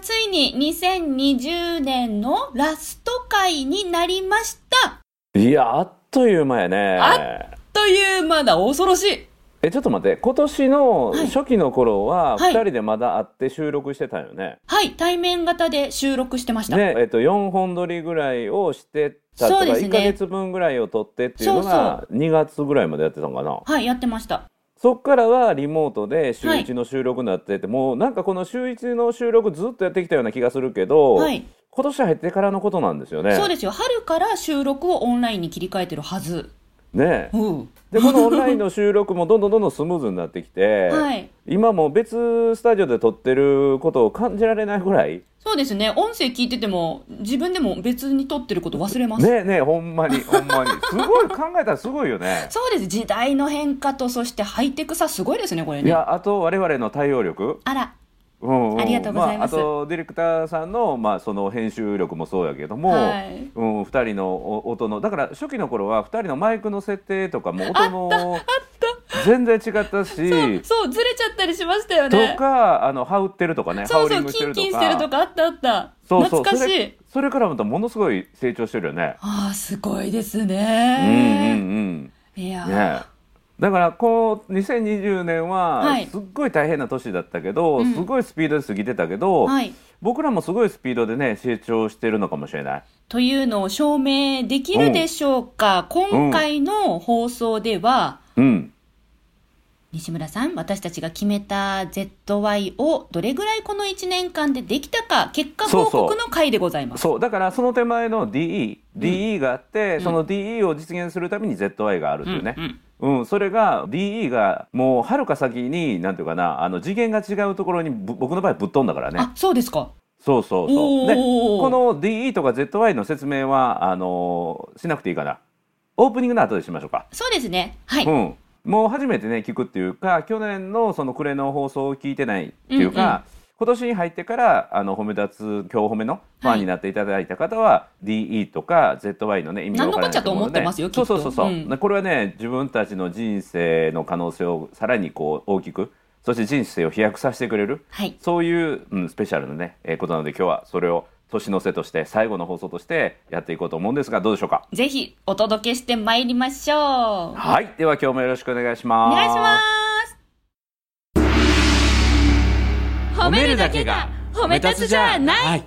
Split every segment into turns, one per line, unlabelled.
ついに2020年のラスト回になりました
いやあっという間やね
あというまだ恐ろしい
えちょっと待って今年の
はい
初期の頃は
は
2
い
人でまだ会って収録してたよね、
はい、対面型で収録してました。
で、えっと、4本撮りぐらいをしてたと
そ
か、
うですね
1か月分ぐらいを撮ってっていうのが2月ぐらいまでやってたのかな
はい、やってました。
そっからはリモートで週1の収録になってて、もうなんかこの週1の収録ずっとやってきたような気がするけど、
はい。
今年入ってからのことなんですよね。
そうですよ。春から収録をオンラインに切り替えてるはず。
ねえ
うん。
でこのオンラインの収録もどんどんどんどんスムーズになってきて、
はい。
今もう別スタジオで撮ってることを感じられないぐらい
そうですね。音声聞いてても、自分でも別に撮ってること忘れます。
ねえねえほんまにほんまにすごい考えたらすごいよね。
そうです。時代の変化と、そしてハイテクさ、すごいですね、これ
い
ね。
やあと我々の対応力、
あら。
うんん
ありがとうございます
あ、あとディレクターさんの,、まあその編集力もそうやけども、
はい
うん、2人のお音のだから初期の頃は2人のマイクの設定とかも音の全然違ったし
そう、ずれちゃったりしましたよ
と
ね。
かあの羽織ってるとかね
そう
ハウリ
そ
ン
う、
グし
キ
て
ン
る
キン
と
してると
か。
かあったあった。
そうそ
懐
う
か
そ
し
れ
い。
それからまたものすごい成長してるよね。
ああ、すごいです
うんうん
ね。
うん
いやー、
ねえだからこう2020年は
はい
すっごい大変な年だったけど、
うん
すごいスピードで過ぎてたけど、
はい。
僕らもすごいスピードでね成長してるのかもしれない。
というのを証明できるでしょうか、今回の放送では、
うん、
西村さん、私たちが決めた ZY をどれぐらいこの1年間でできたか、結果報
そうそ
告
う
の回でございます。
そうだからその手前の DE、DE があって、その DE を実現するために ZI があるっていうね、
うん
うんそれが DE がもうはるか先になんていうかなあの次元が違うところにぶ僕の場合ぶっ飛んだからね
あ、そうですか。
そうそうそうで
おー
この DE とか ZI の説明はあのーしなくていいかなオープニングの後でしましょうか。
そうですね。はい。
うん、もう初めてね聞くっていうか去年のその暮れの放送を聞いてないっていうか、今年に入ってからあの褒め立つ今日褒めのファンになっていただいた方は、DE とか ZY のね意味がわからないと思うので
何のこっちゃと思ってますよきっ
そ
と
うそうそうそう、
うん
でこれはね自分たちの人生の可能性をさらにこう大きくそして人生を飛躍させてくれる
はい。
そういう、うん、スペシャルなね、えーことなので今日はそれを年の瀬として最後の放送としてやっていこうと思うんですがどうでしょうか
ぜひお届けしてまいりましょう。お
はいでは今日もよろしくお願いします
願いします。褒めるだけが褒め立つじゃない
はい、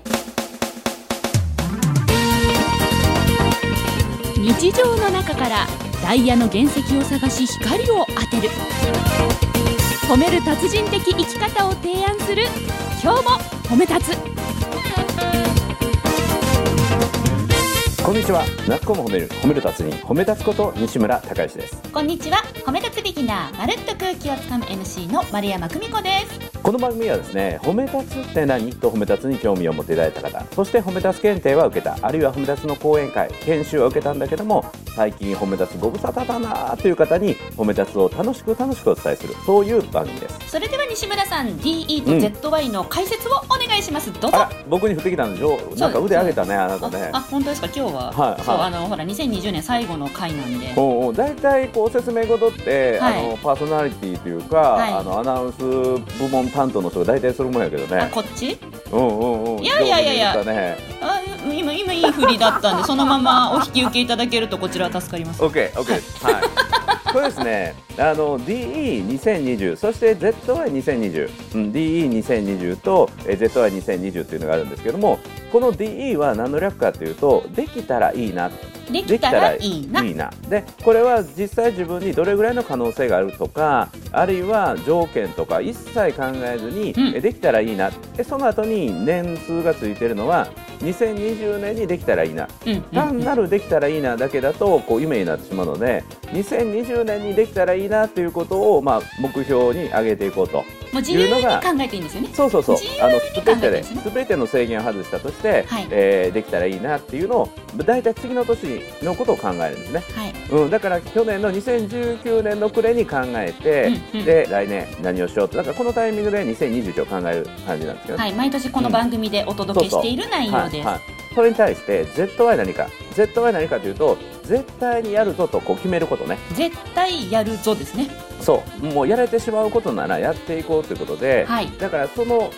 日常の中からダイヤの原石を探し光を当てる褒める達人的生き方を提案する今日も褒め立つ
こんにちはなっこも褒める褒める達人褒め立つこと西村孝之です
こんにちは褒め立つビギナーまるっと空気をつかむ MC の丸山久美子です
この番組はですね褒め立つって何と褒め立つに興味を持っていただいた方そして褒め立つ検定は受けたあるいは褒め立つの講演会研修は受けたんだけども最近褒め立つご無沙汰だなという方に褒め立つを楽しく楽しくお伝えするそういう番組です
それでは西村さん DE と ZY の解説をお願いします、どう
あ
ぞ
ら僕に降ってきたんでしょなんか腕上げたねあなたね
ああ本当ですか今日は、
はいはい
そうあのほら2020年最後の回なんで
おうおう大体こう説明事って、
はい
あのパーソナリティというか、
はい
あのアナウンス部門担当の人が大体するもんやけど
あ
ね
こっち
うんうんうん
いやいやいやいや
どうでしたね
あ今今いい振りだったんでそのままお引き受けいただけるとこちらは助かります
OK OK で すはいこれですねあの DE2020 そして ZY2020、うん、DE2020 とえ ZY2020 っていうのがあるんですけどもこの DE は何の略かというとできたらいいな
できたらいいな。
いいなでこれは実際自分にどれぐらいの可能性があるとかあるいは条件とか一切考えずに、
うん
えできたらいいなでその後に年数がついてるのは2020年にできたらいいな
うんうん
単なるできたらいいなだけだとこう夢になってしまうので2020年にできたらいいなということを、まあ、目標に上げていこうと
もう自由に
いうのが
考えていいんですよね。
そうそうそう
自由に
あの
考え
全て
て
で
ですね
全ての制限を外したとして、
はい
えーできたらいいなっていうのを大体次の年のことを考えるんですね。
はい。
うん、だから去年の2019年の暮れに考えて、
うんうん
で来年何をしようとだからこのタイミングで2021を考える感じなんですけどね、
はい。毎年この番組でお届けしている内容です。
い、それに対して ZY 何か ZY 何かというと絶対にやるぞとこう決めることね
絶対やるぞですね。
そうもうやれてしまうことならやっていこうということで、
はい。
だからその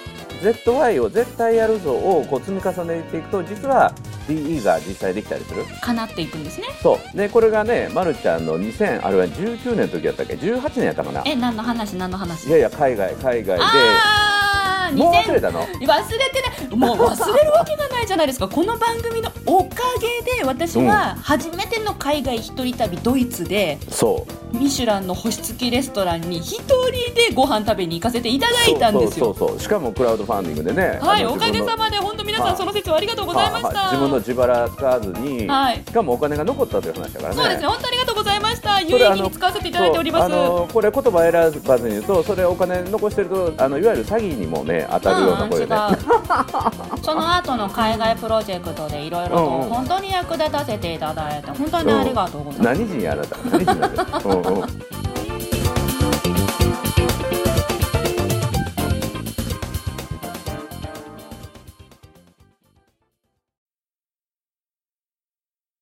ZY を絶対やるぞをこう積み重ねていくと実は DE が実際できたりする
かなっていくんですね
そうでこれがね、ま、るちゃんの2000あれは19年の時やったっけ18年やったかな
え何の話何の話
いやいや海外海外
ああ
でもう忘
2000
れたの
忘れてないもう忘れるわけがないじゃないですかこの番組のおかげで私は初めての海外一人旅ドイツで
そう
ミシュランの星付きレストランに一人でご飯食べに行かせていただいたんです
そ
よ
うそうそうそうしかもクラウドファンディングでね
はい
あの
おかげさまで本当皆さ
は
ん
い
その説はありがとうございました、
はは自分の自腹使わずに、
はい
しかもお金が残ったという話だからね
そうですね本当ありがとうございました有
そ
益
れあの
に使わせていただいております
そうあのこれ言葉選ばずに言うとそれお金残してるとあのいわゆる詐欺にもね当たるようなこれね、
うん 違うその後の海外プロジェクトでいろいろと
うんうん
本当に役立たせていただいて本当にありがとうございます、
何人やあなた何人なんですかうんうん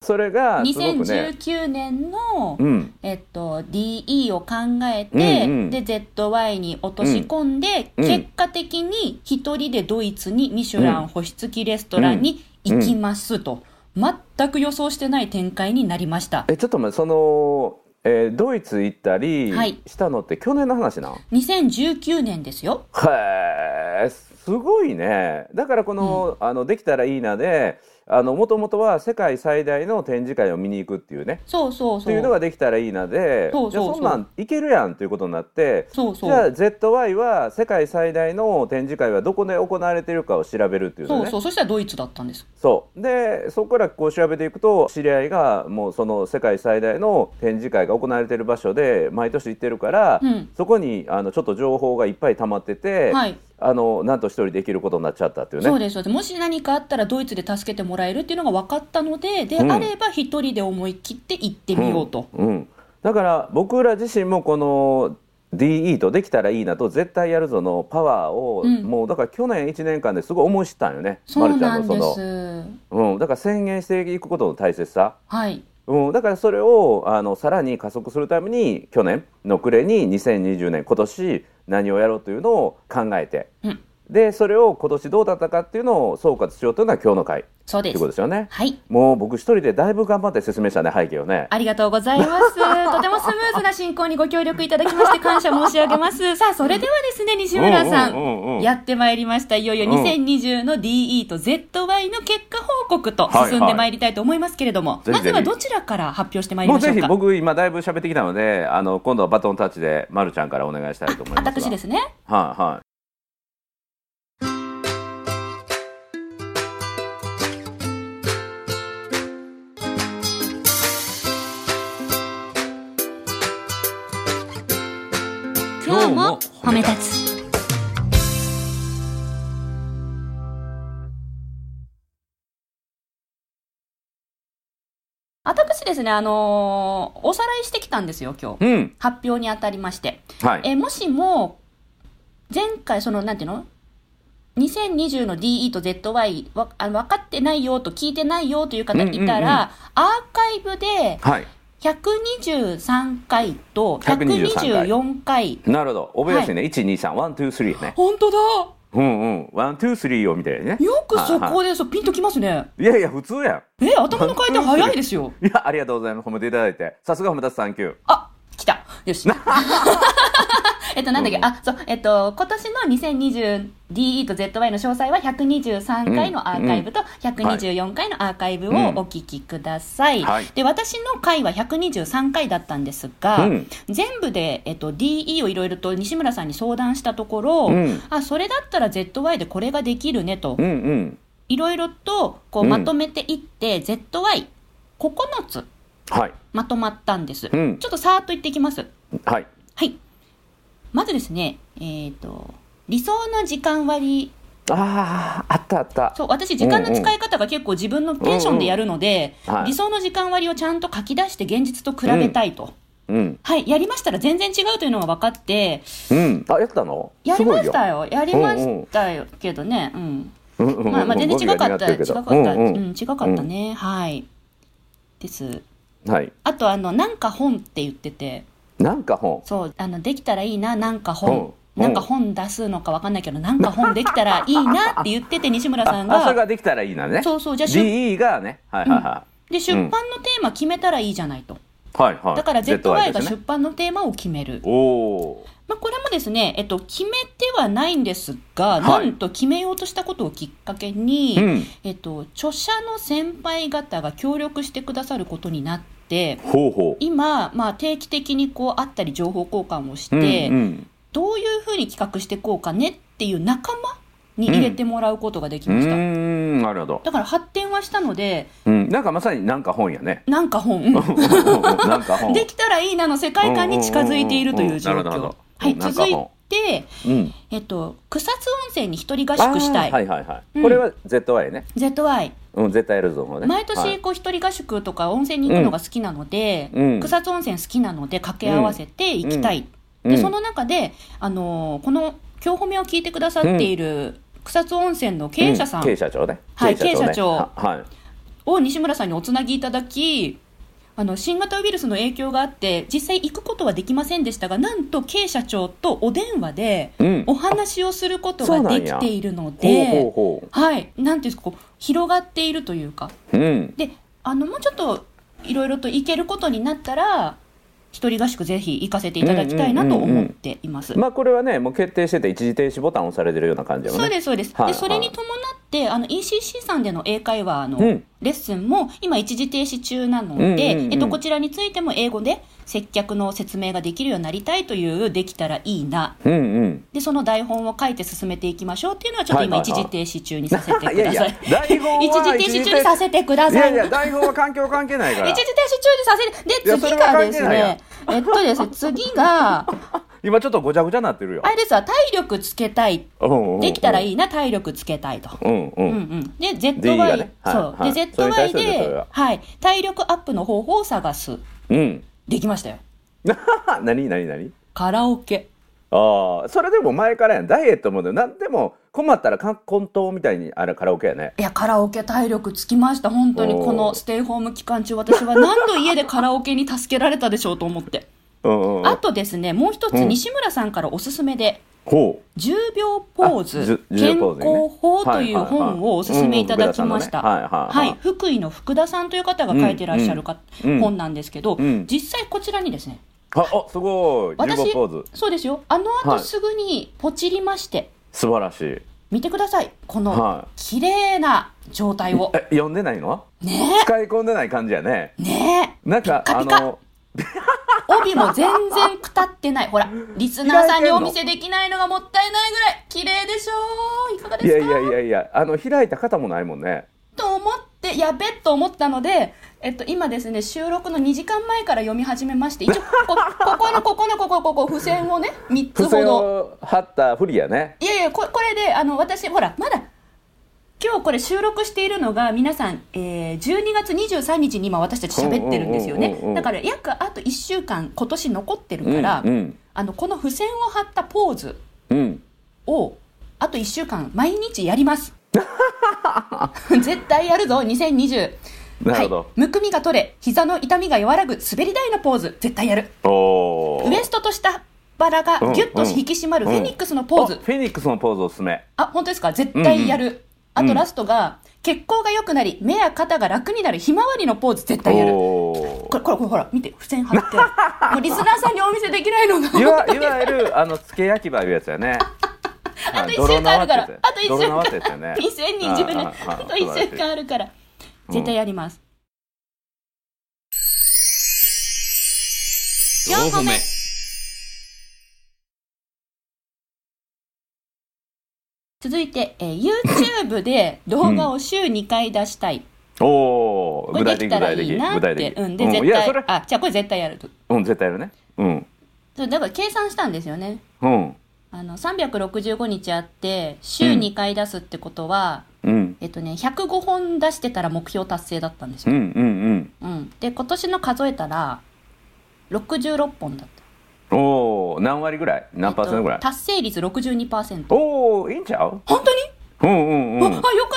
それがすごくね、
2019年の、
うん、
えっと、DE を考えて、
うんうん
で ZY に落とし込んで、
うん
結果的に一人でドイツにミシュラ
う
ン
ん
星付きレストランに行きますと、全く予想してない展開になりました
えちょっと待ってその、えードイツ行ったり
はい
したのって去年の話なん、
2019年ですよ
へえすごいねだからこの,、あのできたらいいなでもともとは世界最大の展示会を見に行くっていうね
そうそう
っ
そ
て
う
いうのができたらいいなで
そうそうそう
じゃあそんなんいけるやんということになって
そうそう
じゃあ ZY は世界最大の展示会はどこで行われてるかを調べるっていうの
そ
ね
うそうそしたらドイツだったんです
そうでそこからこう調べていくと知り合いがもうその世界最大の展示会が行われてる場所で毎年行ってるから、
うん
そこにあのちょっと情報がいっぱい溜まってて、
はい
あのなんと一人できることになっちゃったっていうね
そうですそうですもし何かあったらドイツで助けてもらえるっていうのが分かったのでで、
うん
あれば一人で思い切って行ってみようと、
うんうんだから僕ら自身もこの DE とできたらいいなと絶対やるぞのパワーを、
うん
もうだから去年1年間ですごい思い知ったんよね
そうなん
ま
で
るちゃんの
す、
その、うん、だから宣言していくことの大切さ、
はい
うん、だからそれをあのさらに加速するために去年の暮れに2020年今年何をやろうというのを考えて、
うん
でそれを今年どうだったかっていうのを総括しようというのは今日の回
そう
とい
で
うこと
す
ですよね。
はい
もう僕一人でだいぶ頑張って説明したね背景をね。
ありがとうござい ます。とてもスムーズな進行にご協力いただきまして感謝申し上げます。さあ、それではですね、西村さん。
うんうんうんうん
やってまいりました。いよいよ
うん
2020の DE と ZY の結果報告と
はいはい
進んでまいりたいと思いますけれども、
ぜひぜひ
まずはどちらから発表してまいり
もう
ましょ
ぜ
う
ひ
か。
僕今だいぶ喋ってきたのであの今度はバトンタッチでまるちゃんからお願いしたいと思いますが
私ですね。
はいはい今日も褒め
立つ。私ですね、あのーおさらいしてきたんですよ、今日。
うん
発表にあたりまして。
はい
え、もしも、前回、その、なんていうの ?2020 の DE と ZY わあの分かってないよと聞いてないよという方いたら、アーカイブで
はい
123回と124
124
回。
なるほど覚えやすいね、一二三ワンツースリーね
本当だ
うんうんワンツースリーよみたいなね
よくそ
はいは
こでそうピンときますね。
いいやいや普通や
え、頭の回転早いですよ。
んい やありがとうございます褒めていただいてさすが褒めたつサンキュー
あ、来た。よ し。えっと、なんだっけ、あ、そう、えっと、今年の 2020DE と ZY の詳細は123回のアーカイブと124回のアーカイブをお
うん
聞きください。
はい
で、私の回は123回だったんですが、
うん
全部で、えっと、DE をいろいろと西村さんに相談したところ、
うん
あ、それだったら ZY でこれができるねと
う、んうん
いろいろとこう
うん
まとめていって、ZY9 つ
はい
まとまったんです。
うん
ちょっとさーっと言っていきます。
はい
はい。まずですね、えっ、と、理想の時間割。
あああったあった
そう、私、時間の使い方が結構自分のテンションでやるので、
うんうんはい
理想の時間割をちゃんと書き出して現実と比べたいと。
うん
はい、やりましたら全然違うというのが分かって、
うんあやったの
やりまし
すごい
た
よ
よ。やりましたよ。けどね、うん。
うんうんうん
まあ、まあ、全然違かった。違
僕
か
が
った。
苦手にな
う
ってるけどう
ん、
ん
違かったね。はい。です。
うんはい
あと、あの、なんか本って言ってて、
なんか本
そう、あの、できたらいいな、なんか本。なんか本出すのかわかんないけどなんか本できたらいいなって言ってて西村さん
あ、それ
が
ができたらいいなね。
そうそうじゃあ出
DE がね、はいはいは
で出版のテーマ決めたらいいじゃないと、
い。はいはい。
だから ZY が
です
出
ね。
版のテーマを決める、
おお
まあ、これもですね、えっと、決めてはないんですが、
はい
なんと決めようとしたことをきっかけに、
ー。うん。
えっと、著者の先輩方が協力してくださることになって
ほうほう。
今、まあ、定期的にこう会ったり情報交換をして、
うんうん
どういうふうに企画していこうかねっていう仲間に入れてもらうことができました、
うーんなるほど、
だから発展はしたので
うん、なんかまさになんか本やね
なんか本、うん
なんか本
できたらいいなの世界観に近づいているという状
うんうんうんうんなるほどなるほ
況
ど
はい続い
うんなんか本
て、
うん、
えっと、草津温泉に一人合宿したい、
あーはいはいはい、
うん
これは ZY ね、
ZY
うん、絶対やるぞね
毎
は
年
い
こう一人合宿とか温泉に行くのが好きなので、
うん
草津温泉好きなので掛け合わせて行きたい、
うん
で
うん
その中で、あのーこの今日褒めを聞いてくださっている草津温泉の経営者さ
うん経営者長ね
はい
ね
経営者長
ははい
を西村さんにおつなぎいただきあの新型ウイルスの影響があって実際行くことはできませんでしたがなんと K 社長とお電話で
うん
お話をすること
あそう
が
な
で
んや
きているの
ほうほう
で
ほ
はいなんていうんですかこう広がっているというか
ううん
であのもうちょっといろいろと行けることになったら一人合宿ぜひ行かせていただきたいなと思っています。
まあこれはねもう決定してて一時停止ボタンを押されてるような感じだも
そ
ん
う
ね
ですそうです、
は
で
い
それに伴ってあの ECC さんでの英会話の
うん
レッスンも今一時停止中なので、
うんうんうん
えっと、こちらについても英語で接客の説明ができるようになりたいというできたらいいな
うんうん
でその台本を書いて進めていきましょうっていうのはちょっと今
はいはい
一
はい
時停止中にさせてください
いやいや 台本は
一時停止中にさせてくだ
い
さ
や
い
いや台本は環境関係ないか
一
ら
時停止中にさせて
いや
で次
それは
が
関
で
係
す
ないや
ねえっとですね次が
今ちょっとごちゃごちゃなってるよ
あれですわ体力つけたいで
で
きたら
い
いいな体力つけたいと
うんうん、
うんうん、で
DE が
ZY、
ねはい
そう、
はい
で
それに対
ZY
するねそれ
で
は、
はい、体力アップの方法を探す
うん、
できましたよ
何何何
カラオケ
ああそれでも前からやんダイエットもでなんでも困ったら根糖みたいにあれカラオケやね
いやカラオケ体力つきました本当に
おー
このステイホーム期間中私は何度家でカラオケに助けられたでしょうと思 って
うんうんうん
あとですねもう一つ
うん
西村さんからおすすめで
ほう
10秒ポー
あ
ズ
じゅ
健康
10ポーズね
法と
はいいうはいはい
本をおすすめいただきまし
うんうん
た
上田さんのねはいはいは
はいい福井の福田さんという方が書いてらっしゃるか
うんうん
本なんですけど
うん
実際こちらにですね
ああすごい
私
15ポーズ
そうですよあの後
はい
すぐにポチりまして、
素晴らしい
見てくださいこの
は
綺麗な状態を
いえ読んでないの
ね
使い込んでない感じやね
えねえ
なんか
ピッカピカ
あの
帯も全然くたってないほらリスナーさんにお見せできないのがもったいないぐらい綺麗でしょういかがで
い
す
や
か
いやいやいやあの開いた方もないもんね
と思ってやべっと思ったので、えっと、今ですね収録の2時間前から読み始めまして一応ここここのここのここここ付箋をね3つ
付
ほ
箋
ど。
を貼ったふりやね
いやいやここれであの私ほらまだ今日これ収録しているのが皆さん、えー、12月23日に今私たち喋ってるんですよ
うんうんうんうんう
ね
ん
だから約あと1週間今年残ってるから、
うん
あのこの付箋を貼ったポーズ
うん、うん、
をあと1週間毎日やります 絶対やるぞ2020
なるほど、
はい、むくみが取れ膝の痛みが和らぐ滑り台のポーズ絶対やる
おー
ウエストと下腹がギュッと引き締まる
うん
フ
うん
ェニックスのポーズ
あ、フェニックスのポーズおすすめ
あ、本当ですか絶対やる。あ
う
と
ん
ラストが、血行が良くなり、目や肩が楽になるひまわりのポーズ絶対やる。こ
おー
れ、これ、これ、ほら、見て、付箋貼 ってある。もうリスナーさんにお見せできないのが。
いわいわゆるあのつけ焼き場いうやつやね。あ
と一週 間あるからあと一週間
やね。
2020年、
あああ
あと1週間あるから。
うん
絶対やります。
四
個目。続いて、えー YouTube で動画を週2回出したい。
おお
こ
具
れ
体
でき
的
た
具
ら
体
い
的
いなっ
具体的
て。。うん、で、
うんい
絶
やそ
対
れ、
あ、じゃあこれ絶対やると。
うん絶対やるね。うん
そうだから計算したんですよね
うん
あの365日あって週2回出すってことは、
うん
えっとね105本出してたら目標達成だったんです
うんう
よ、
ん
うん、で今年の数えたら66本だった
うん。おお何割ぐらい？何パーセントぐら
えっ
い
と？達成率62%
おおいいんちゃう？
本当に、
うんうん
あ
う
よか。
ん
ったよか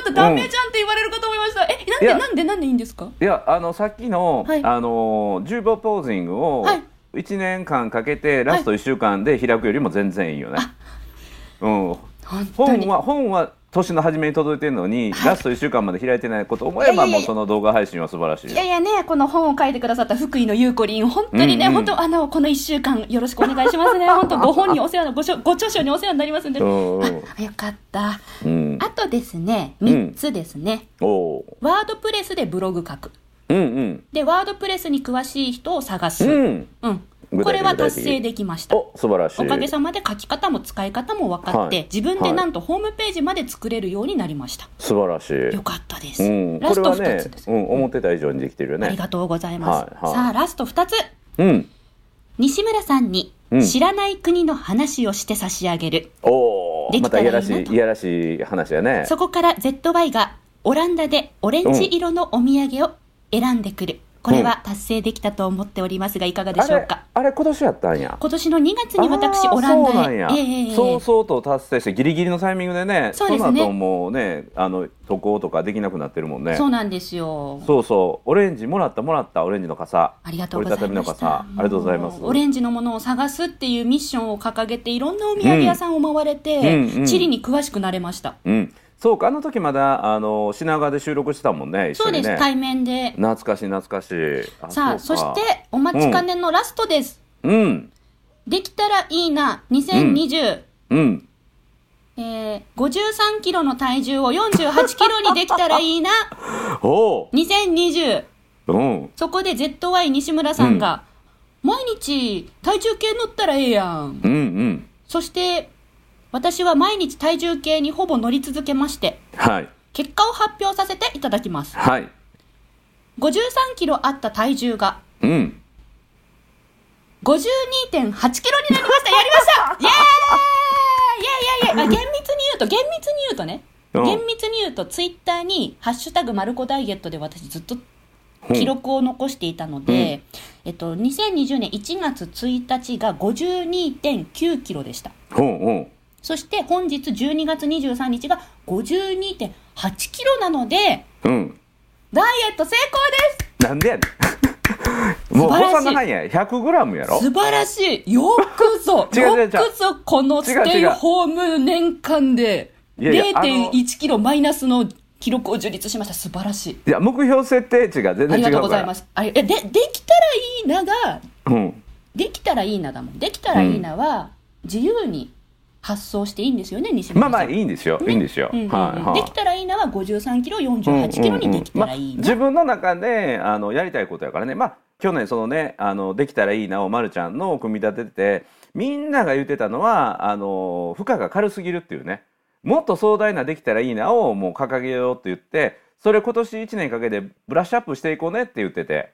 ったダメじゃんって言われるかと思いました、えなん
い
で
や
なんでなんでいいんですか
いやあのさっきの、
はい
あのー、10秒ポージングを、
はい
1年間かけてラスト1週間で開くよりも全然いいよね。うん、
本当
本
に
は本は年の初めに届いてるのに、ラスト1週間まで開いてないこと思えば
いやいやいや
もうその動画配信は素晴らし
い
いよ
やいやね、この本を書いてくださった福井のゆうこりん、本当にね、
うんうん
本当、あの、この1週間、よろしくお願いし ますね。本当、ご本にお世話の、ごしょご 著書にお世話になりますんで。あ
うんうん
よかった。
うん
あとですね、
ん
3つですね。
おー
ワードプレスでブログ書く。
うんうん
で、ワードプレスに詳しい人を探す。
う
うん。
ん具体的
これは
具体的
達成できました。
お素晴らしい
おかげさまで書き方も使い方も分かって、
はい
自分でなんとホームページまで作れるようになりました。
素晴らしい
よかったです。
うん、
ラ
これ
スト
は
2
ね
つです、
うん、思ってた以上にできてるよ
あり
ね
がとうございます。
はいはい
さあ、ラスト2つ。
うん
西村さんに
うん
知らない国の話をして差し上げる、
お
でき
おま
た
た
らい
い
いな
や
と
らしいいやらしい話やね
そこから ZY がオランダでオレンジ色のお土産を選んでくる、これは達成できたと思っておりますがいかがで
あ
しょう
れ
か
あれ今年やったんや
今年の2月に私
あー
オラン
そう
ダ
なん
へ
や、
えええええ
そうそうと達成してギリギリのタイミングでね
そうですね
の後もうねあの渡航とかできなくなってるもんね
そうなんですよ
そうそうオレンジもらったもらったオレンジの傘
ありがとうござい
折り
ま
た
した
たみの傘ありがとうございます
オレンジのものを探すっていうミッションを掲げていろんなお土産屋さんを回れて、
うんうん
地理に詳しくなれました、
うんそうかあの時まだあの品川で収録してたもんね一
そ
緒
う
に
です、
ね
対面で
懐かしい懐かしいあ
さあ
う
そ
か
してお待ちかねのラストです、
うん
できたらいいな2020、
うん
えー、53キロの体重を48キロにできたらいい な
お
2020
おうん
そこで ZY 西村さんが、毎日体重計乗ったらええやん
うんうん
そして私は毎日体重計にほぼ乗り続けまして
はい
結果を発表させていただきます
はい
53キロあった体重が
うん
52.8キロになりましたやりま したイエーイイエーイイエーイあ厳密に言うと厳密に言うとね
うん
厳密に言うとツイッターに「ハッシュタグまるこダイエット」で私ずっと
うん
記録を残していたので、えっと、2020年1月1日が52.9キロでした
うんうん
そして本日12月23日が52.8キロなので
うん
ダイエット成功です
なんでやね んもう
素晴らしい
誤差ないや1 0 0ムやろ
素晴らしいよくぞ
違う違う違
よ
う
くぞこのステイホーム年間で
違う違ういやいやあの
0.1キロマイナスの記録を樹立しました素晴らしい
いや目標設定値が全
あ
然違
りがとう
うから
ございますあれえでできたらいいなが
うん
できたらいいなだもんできたらいいなは自由に発想していいんですよね西村
ま
さ
あ
ん
まあいいんですよ、
ね
いいんですよ、
うんうんうん
はいはい
できたらいいなは53キロ48キロにできたらいい
まあ
な、
自分の中であのやりたいことやからねまあ去年そのねあのできたらいいなをまるちゃんの組み立ててみんなが言ってたのはあの負荷が軽すぎるっていうねもっと壮大なできたらいいなをもう掲げようって言ってそれ今年1年かけてブラッシュアップしていこうねって言ってて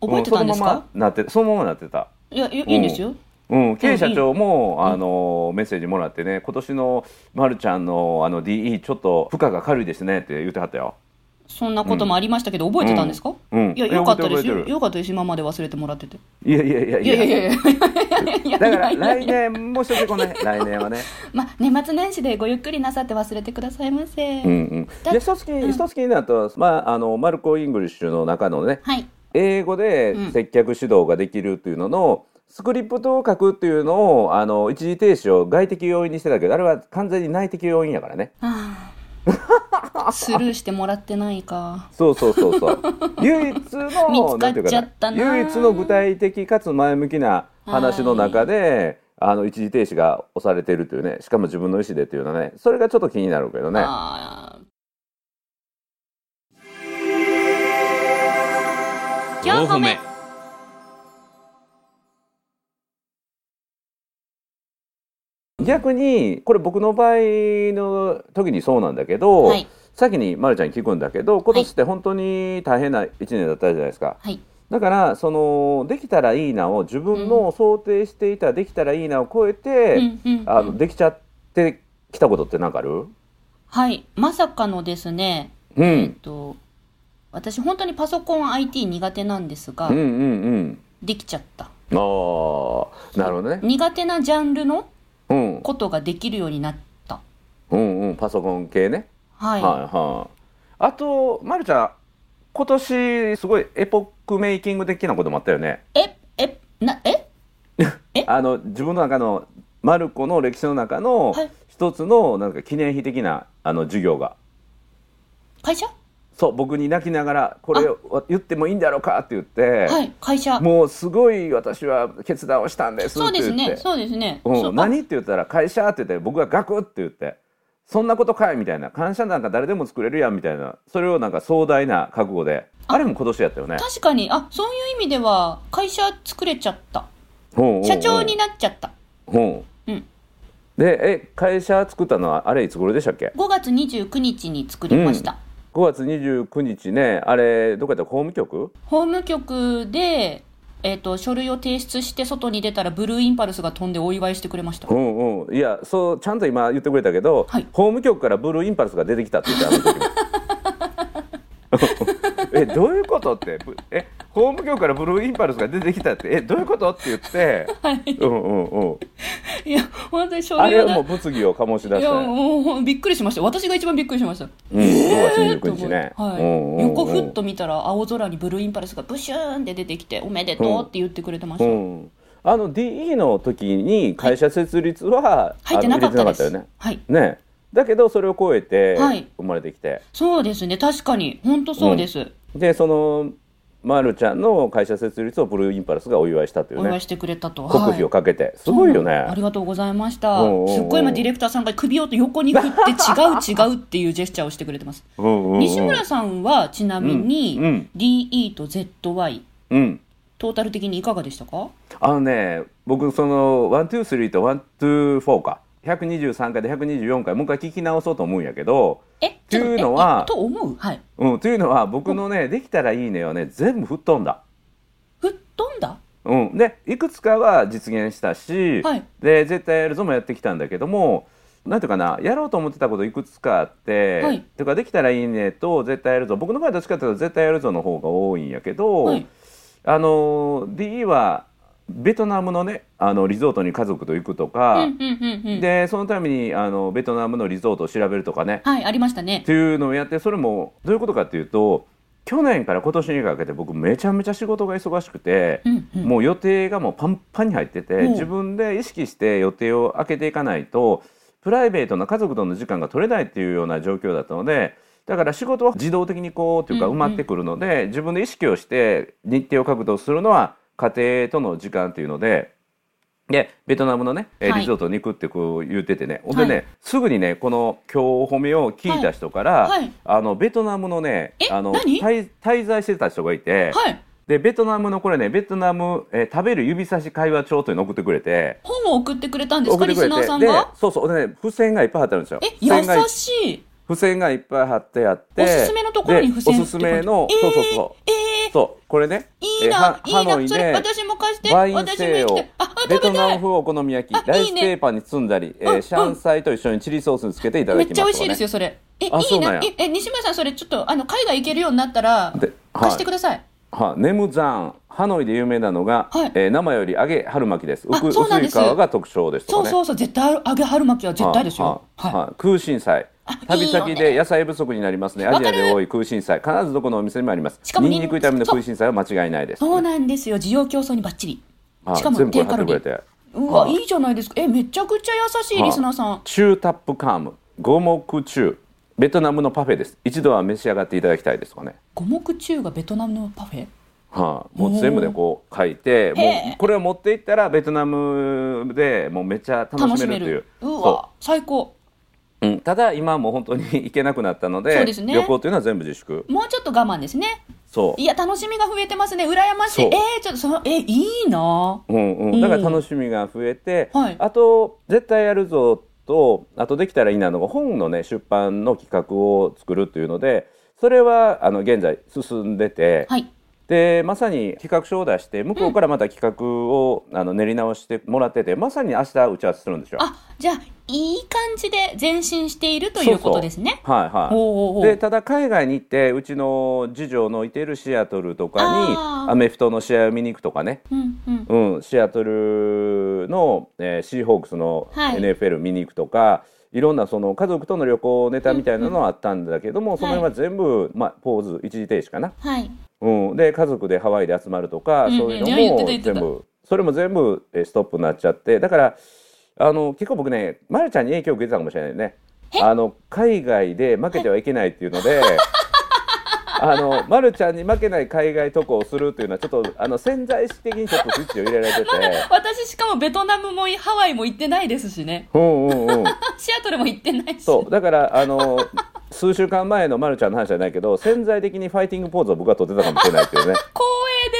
覚えてたんです
うその
か
ままなってそのままなってた。
いやいやいいんですよ、
うん、K 社長も、あのメッセージもらってね今年のまるちゃんのあの DE ちょっと負荷が軽いですねって言ってはったよ。
そんなこともありましたけど覚えてたんですか、
うんうん
いやよかったです
覚えてる覚え
よ
てる
よかったです今まで忘れてもらってて
いやいやいや
いやいやいやいやいや
だか
いや
ら
いや
来年もう一つ このね来年はね。
まあ年末年始でごゆっくりなさって忘れてくださいませ、
うんうん。
だ
で一つ気に一つ気になったのはまああのマルコイングリッシュの中のね
はい
英語で
うん
接客指導ができるっていうのの。スクリプトを書くっていうのをあの一時停止を外的要因にしてたけどあれは完全に内的要因やからね
は あスルーしてもらってないか
そうそうそう そう唯一の
見つかっちゃったなん
ていうか唯一の具体的かつ前向きな話の中で、あの一時停止が押されてるというねしかも自分の意思でっていうのはねそれがちょっと気になるけどね
あー今日褒め
逆にこれ僕の場合の時にそうなんだけど、
はい
先にまるちゃんに聞くんだけど今年って本当に大変な1年だったじゃないですか、
はい
だからそのできたらいいなを自分の想定していたできたらいいなを超えて、
うんうんうん
あのできちゃってきたことって何かある
はいまさかのですね
う
えっ
ん、
と私本当にパソコン IT 苦手なんですが、
うんうんうん
できちゃった
ああなるほどね
苦手なジャンルの
うん
ことができるようになった
うんうんパソコン系ね
は、
はいいはいあとまるちゃん今年すごいエポックメイキング的なこともあったよね
ええなえ
あの自分の中のマルコの歴史の中の
はい
一つのなんか記念碑的なあの授業が
会社は
そう僕に泣きながらこれを言ってもいいんだろうかって言って、
い会社
もうすごい私は決断をしたんです
そ
っ
う
て
で
言
す
って、
ねそうですねそううんあ
何って言ったら会社って言って僕がガクって言ってそんなことかいみたいな感謝なんか誰でも作れるやんみたいなそれをなんか壮大な覚悟であれも今年やったよね
確かにあそういう意味では会社作れちゃった社
社
長になっちゃった
うん
うん
でえ会社作ったのはあれいつ頃でしたっけ
5月29日に作りました、
5月29日ねあれどこやった法務局
法務局で、えっと書類を提出して外に出たらブルーインパルスが飛んでお祝いしてくれました
うんうんいやそうちゃんと今言ってくれたけど、
はい
法務局からブルーインパルスが出てきたって言ってあの時 えどういうことってぶえ法務局からブルーインパルスが出てきたってえどういうことって言って、うんうんうん
いや本当に書
あれ
類
はも
を
う物議を醸し出
い
し
や
て、
もうびっくりしました私が一番びっくりしました
うん、5月29日ね、
はい
うんうんうん
横ふっと見たら青空にブルーインパルスがブシューンって出てきて「おめでとう」って言ってくれてまし
う
た、
ん、あの DE の時に会社設立は、
入って
あの
なかったです
入れてなかっ
はい
たよねねだけどそれを超えて
はい
生まれてきて、
そうですね確かに本当そうです、
でそのまるちゃんの会社設立をブルーインパルスがお祝いしたという
お祝い
ね
してくれたと
国費をかけてすごいよね、
ありがとうございました。
うんうんうん
すっごい今ディレクターさんが首を横に振って違う違うっていうジェスチャーをしてくれてます。
うんうんうん
西村さんはちなみ
うんう
に
ん
DE と ZY
うん
トータル的にいかがでしたか
あのね僕その123と124か123回で124回もう一回聞き直そうと思うんやけど
えって
いうのは
と思うはい。
うんというのは僕のね「できたらいいね」をね全部吹っ飛んだ。
吹っ飛んだ
うん、でいくつかは実現したし、
はい
で絶対やるぞもやってきたんだけどもなんていうかなやろうと思ってたこといくつかあって、
はい
ていうかできたらいいねと絶対やるぞ僕の場合はどっちかというと絶対やるぞの方が多いんやけど、
はい
あの DE はベトナムのねあのリゾートに家族と行くと
うんう
か、
んうんうん。
でそのためにあのベトナムのリゾートを調べるとかね
はい、ありましたね
っ。ていうのをやってそれもどういうことかっていうと去年から今年にかけて僕めちゃめちゃ仕事が忙しくて。
うんうん。
もう予定がもうパンパンに入ってて、
うん
自分で意識して予定を空けていかないとプライベートな家族との時間が取れないっていうような状況だったのでだから仕事は自動的にこうというか
うんう
埋
ん
まってくるので、自分で意識をして日程を確保するのは家庭との時間っていうので。でベトナムのね、えー
はい
リゾートに行くってこう言っててね、ほんでね、
はい
すぐにねこの今日褒めを聞いた人から、
はいはい
あのベトナムのね
え
あの
何
滞滞在してた人がいて、
はい。
でベトナムのこれねベトナム、えー食べる指差し会話帳というのを送ってくれて
本を送ってくれたんです
送
か
って
リ
く
ス
れて
ナーさん
で
が
そうそうでね付箋がいっぱい貼ってあるんですよ
え、
付箋がい
優しい。
付箋がいっぱい貼ってあって
おすすめのところに付箋
でおすすめの、
って
そ
書
う
い
そう
て
そう
えーえ
そうこれね
ーいいな
は、
いい
ハノイ
な、それ
で
私も貸して、
ワイン
私も
セイ
行き
を
たい。あ、あ
ベ
食
ト
べ
ナ
た
ム
い。
風お好み焼
あいい
き
ね
ライスペーパーに包んだり、え
うんう
ー
ん
シャンサイと一緒にチリソースにつけていた
め
だ
っ
き
ちゃ
ま
美
す
味
と
しいで
かね
すよそれえい
あそ
いう
なん
な
や
ええ西村さんそれちょっとあの海外行けるようになったら
ではい
貸してください
はネムザンハノイで有名なのが、
はい
えー生より揚げ春巻きです
あ
うく
そうなん
薄
で
い皮
す
が特徴ですと
そ
かね
うそうそう絶対ある揚げ春巻きは絶対ですよ
はあ
は
はあ空心菜
あい
旅
い
先
よね
で野菜不足になりますね
わ
ア
か
ジ
る
アで多い空心菜必ずどこのお店にもあります
しかも
ニ
にん
ンニク炒めの空心菜は間違いないで
い
す
そうなんですよ需要競争にバッチリ
はい
しかも
全部こ
低
れ貼
カ
って
ロ
く
リ
れ
ー
て
うわ
はい
いいじゃないですかえめちゃくちゃ優しい
はい
リスナーさん
チュータップカーム五目チューベトナムのパフェです一度は召し上がっていただきたいですとかね
五目中がベトナムのパフェ
はい、もう全部でこう書いても
へえ
うこれを持っていったらベトナムでもうめっちゃ楽
楽
し
しめ
めるという
るう
そう
わ最高
うん、ただ今はもう本当に行けなくなった
そ
の
う
で
ですね
旅行というのは全部自粛
もうちょっと我慢ですね
そう
いや楽しみが増えてますね羨ましい
そう
えーちょっとそのえいいな
うんう
うん
ん、だから楽しみが増えて、
はい
あと絶対やるぞとあとできたらいいなのが本のね出版の企画を作るというのでそれはあの現在進んでて、
はい
でまさに企画書を出して向こうからまた企画を、あの練り直してもらっててまさに明日打ち合わせするんですよ。
あじゃあいい感じで前進しているということですね。
はいはい、
おうおうおう
でただ海外に行ってうちの次女のいているシアトルとか
あ
に
ー
アメフトの試合を見に行くとかね
うんうん
うん、シアトルの、えーシーホークスの
はい
NFL 見に行くとか、い、ろんなその家族との旅行ネタみたいなのはあったんだけども、その辺は全部、まあ、ポーズ一時停止かな、
はい。
うん、で家族でハワイで集まるとか、
うんうん
そういうの
いや言ってた
も
言って
全
た
部それも全部えーストップになっちゃってだからあの結構僕ね、ま、るちゃんに影響を受けてたかもしれないね
え
あの海外で負けてはいけないっていうの であの、ま、るちゃんに負けない海外渡航をするっていうのはちょっとあの潜在意識的にちょっとスイッチを入れられてて。
私しかもベトナムもハワイも行ってないですしね
うんうんうん、
シアトルも行ってないし
そうだからあの数週間前のまるちゃんの話じゃないけど潜在的にファイティングポーズを僕は取ってたかもしれないっていうね。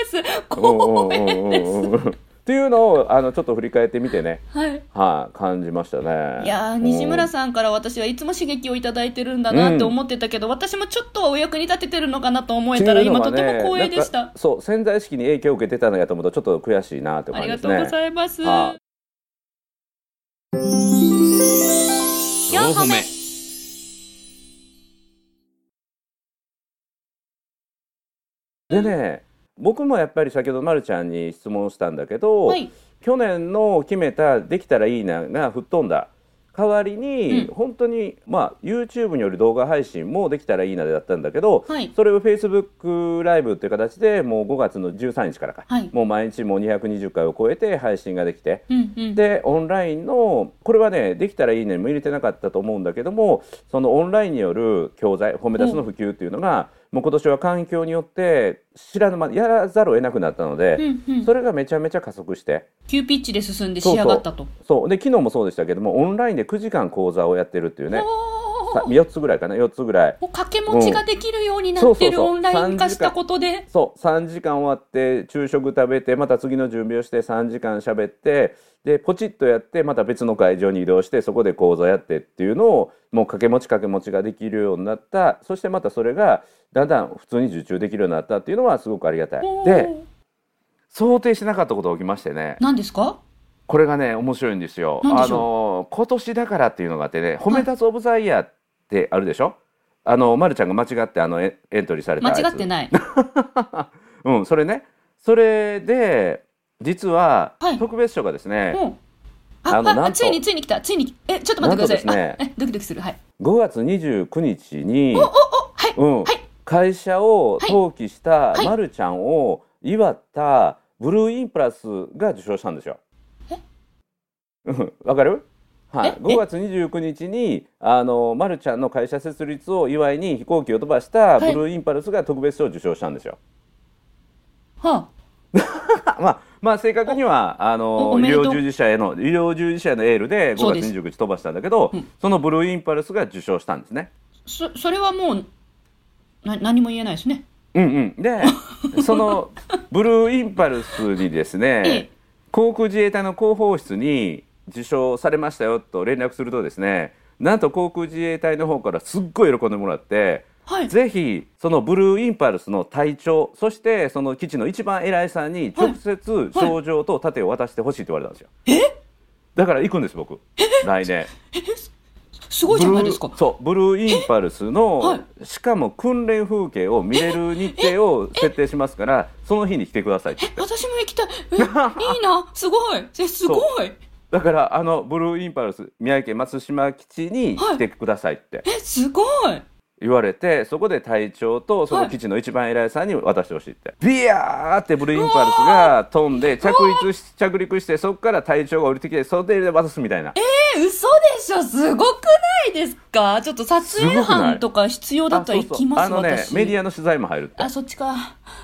光栄です
うん
光
うんうんうんうんっていうのをあのちょっと振り返ってみてね、
はい
はい、感じましたね。
いやー西村
さ
さんから私はいつも刺激をいただいてるんだなって思ってたけど、私もちょっとはお役に立ててるのかなと思えたら今とても光栄でした、
そう潜在意識に影響を受けてたのやと思うとちょっと悔しいなって
あり
感じ
が
です
と
ね。
うございます、
はい
4歩目
でね僕もやっぱり先ほどまるちゃんに質問したんだけど、
はい
去年の決めた「できたらいいな」が吹っ飛んだ代わりに、
うん
本当に、まあ、YouTube による動画配信も「できたらいいな」でだったんだけど、
はい
それを Facebook ライブという形でもう5月の13日からか、
はい
もう毎日もう220回を超えて配信ができて。
うんうん
でオンラインのこれはねできたらいいねも入れてなかったと思うんだけどもそのオンラインによる教材褒め出すの普及っていうのが、もう今年は環境によって知らぬ間にやらざるを得なくなったので、
うんうん
それがめちゃめちゃ加速して
急ピッチで進んで
そう
仕
そう
上がったと
そうで昨日もそうでしたけどもオンラインで9時間講座をやってるっていうねさ
おー
4つぐらいかな4つぐらい
お掛け持ちができるようにな
うん
っ
そう
て
そう
る
そう
オンライン化したことで
そう3時間終わって昼食食べてまた次の準備をして3時間喋ってでポチッとやってまた別の会場に移動してそこで講座やってっていうのをもう掛け持ち掛け持ちができるようになったそしてまたそれがだんだん普通に受注できるようになったっていうのはすごくありがたい
おー
で想定しなかったことが起きましてね
何ですか
これがね面白いんですよ。
なんで
あ
しょう
の今年だからっていうのがあってね「褒め立つオブザイヤー」ってあるでしょ、あの、ま、るちゃんが間違ってあのエエントリーされた
間
やつ
違ってない
うん、それね。それで、実は
はい、
特別賞がですね、
うん
あ
あ
の
あ
なんと
ついについに来たついに来えちょっと待ってください
なんとですね
あえドキドキするはい
5月29日に、
はい
うん
はい
会社を登記した
はい
まるちゃんを祝ったブルーインプラスが受賞したんですよ。うんわかるはい、
ええ
5月29日にあの、ま、るちゃんの会社設立を祝いに飛行機を飛ばしたブ
はい
ルーインパルスが特別賞を受賞したんですよ。
は
あまあ、まあ正確にはあ
お
の
お
医
めでとう
療従事者への医療従事者へのエールで
そう
5
で
月
す
29日飛ばしたんだけどそ,、
うん
のブルーインパルスが受賞したんですね。
あそそれはもうな何も言えないですね
うんう ん、でそのブルーインパルスにです
え
ね
え
航空自衛隊の広報室に受賞されましたよと連絡するとですねなんと航空自衛隊の方からすっごい喜んでもらって
はい
ぜひそのブルーインパルスの隊長そしてその基地の一番偉いさんに直接
はい
賞状と盾を渡してほしいって言われたんですよ。だから行くんです僕来年
すごいじゃないですか
ブルーそうブルーインパルスの、
は
しかも訓練風景を見れる日程を設定しますからその日に来てくださいって
え私も行きたいえいいなすごいえすごい
だからあのブルーインパルス宮城県松島基地に
はい
来てくださいって
えすごい
言われてそこで隊長とその基地の一番偉いさんに渡してほしいって、ビヤーってブルーインパルスが飛んで着陸し着陸してそこから隊長が降りてきてそれで渡すみたいな
え嘘でしょすごくないですかちょっと撮影
すごくない
班とか必要だったら
あそう
行
そう
きます
あのね
私
メディアの取材も入るって
あそっちか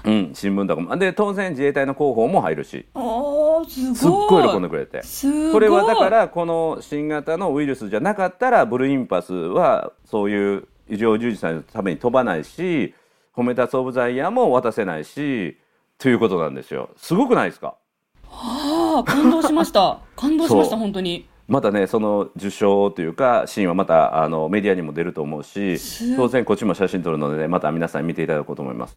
うん新聞とかもで当然自衛隊の広報も入るし
おーすごい
すっごい喜んでくれて
すごい
これはだからこの新型のウイルスじゃなかったらブルーインパルスはそういう医療従事者のために飛ばないし褒め立つオブザイヤーも渡せないしということなんですよすごくないですか
ああ感動しました感動しまし
そう
た本当に
またねその受賞というかシーンはまたあのメディアにも出ると思うし
す
当然こっちも写真撮るので、ね、また皆さん見ていただこうと思います。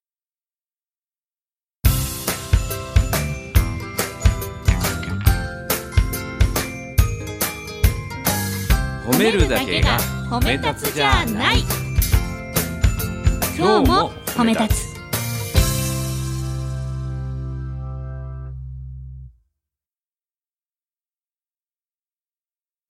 褒めるだけが
褒
め立つじゃない
今日も褒め立つ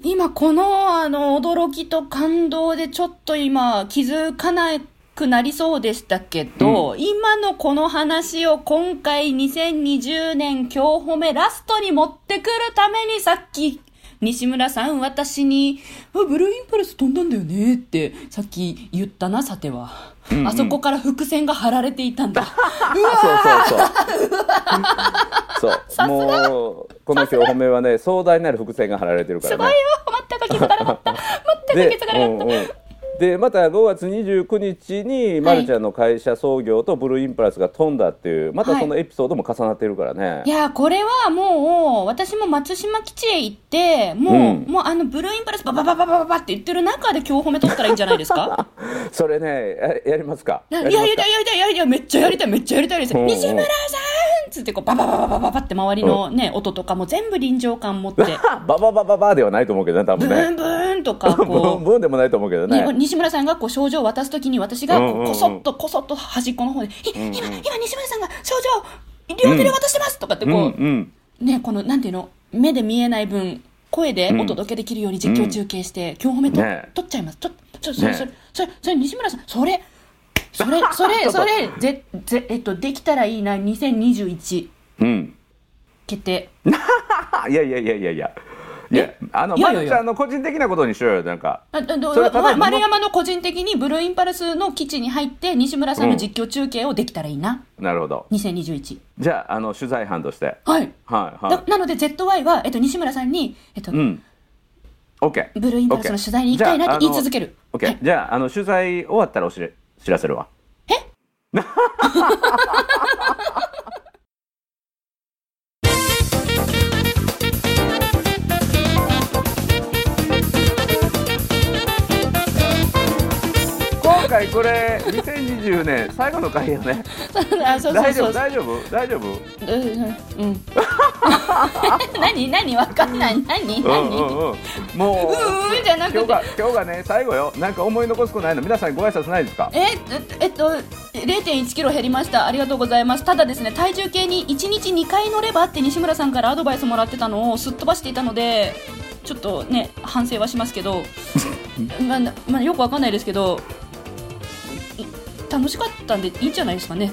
今このあの驚きと感動でちょっと今気づかなくなりそうでしたけど、今のこの話を今回2020年今日褒めラストに持ってくるためにさっき西村さん私にあ「ブルーインパルス飛んだんだよね」ってさっき言ったなさては、
うんうん
あそこから伏線が張られていた んだ
そうそうそう。そう。もう、この表褒めはね、壮大なる伏線が張られてるか
す
ら
ごい
ね
よ。全く気づかなかった全く気づかなかった、
うんうんでまた5月29日にまるちゃんの会社創業とブルーインパルスが飛んだっていうまたそのエピソードも重なってるからね
い。やーこれはもう私も松島基地へ行ってもう、
うん
もうあのブルーインパルスバババババババって言ってる中で今日褒めとったらいいんじゃないですか
それねややりますか。
いや
り
い
ま
や
す
り
か
たいやりたいやりたいめっちゃやりたいめっちゃやりたいです、
うんうん
西村さんっつってこうバババババババって周りのね、音とかも全部臨場感持って
あバババババではないと思うけどね多
ブ
分
ー
ね。
ンブーンとか
ブン
こ
ブンでもないと思うけど
う、
ね。
に西村さんがこう賞状を渡すときに私がこう
うんうんうん
こそっとこそっと端っこの方で「い
うんうん
今今西村さんが賞状を両手で渡してます!」とかって
うん
こう、
うん。
ね、このなんていうの目で見えない分声でお届けできるように実況中継して、今日褒めと、
ね
撮っちゃいますちょちょそれ
ね
それそれそれ西村さんそれそ れそ
ちょ
れ
っと
それぜぜえっとできたらいいな2021
うん。
決定
あいやいやいやいやいや。いやあの
いや
ま
いやいや
るちゃんの個人的なことにしようよなんか。
あどど
それはただ
ま
の
丸山の個人的にブルーインパルスの基地に入って西村さんの実況中継をできたらいいな、
なるほど。
2021
じゃああの取材班として。
はい
はいは
だ
い。
なので ZY は、えっと、西村さんに、えっと
うん。オッケー。
ブルーインパルスの取材に行きたいなって言い続ける
オッケー。じゃああの取材終わったらお知ら知らせるわ。え？ 今回これ2020年最後の回よね。
あそうそう
大丈
そ
夫
う
大丈夫大丈夫。
うんうん。 何何わかんない何
うんう
何。うん
んうん。もう
うんじゃな
今
く
日
て
が。今日がね最後よ。なんか思い残すことないの皆さんご挨拶ないですか？
ええっと0.1キロ減りましたありがとうございますただですね体重計に1日2回乗ればって西村さんからアドバイスもらってたのをすっ飛ばしていたのでちょっとね反省はしますけ どまあ、まあ、よくわかんないですけどい楽しかったんでいいんじゃないですか ね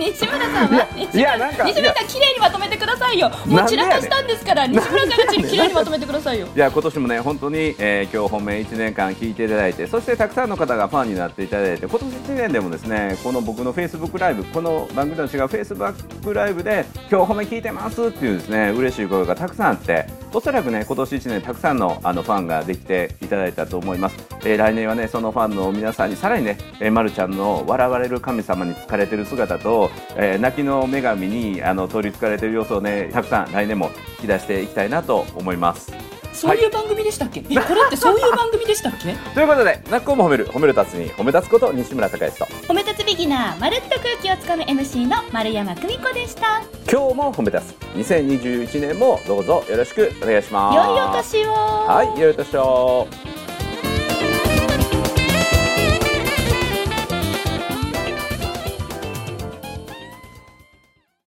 西村さんは西
いやなんか
西村さん綺麗にまとめてくださいよもう散らかしたんですから西村さんが綺麗にまとめてくださいよ
いや今年もね本当に、えー、今日本命1年間聞いていただいてそしてたくさんの方がファンになっていただいて今年1年でもですねこの僕の Facebook ライブこの番組と違う Facebook ライブで今日褒め聞いてますっていうですね嬉しい声がたくさんあっておそらくね今年1年たくさんのあのファンができていただいたと思います、えー来年はねそのファンの皆さんにさらにね、えー、まるちゃんの笑われる神様に疲れてる姿と、えー泣きの女神にあの取り憑かれてる様子をねたくさん来年も引き出していきたいなと思います
そういう番組でしたっけ、えこれってそういう番組でしたっけ
ということで、泣く子も褒める、褒める達に褒め立つこと西村孝之と、
褒め立つビギナーまるっと空気をつかむ MC の丸山久美子でした
今日も褒め立つ。2021年もどうぞよろしくお願いします。
良いお年を
はい、良いお年を。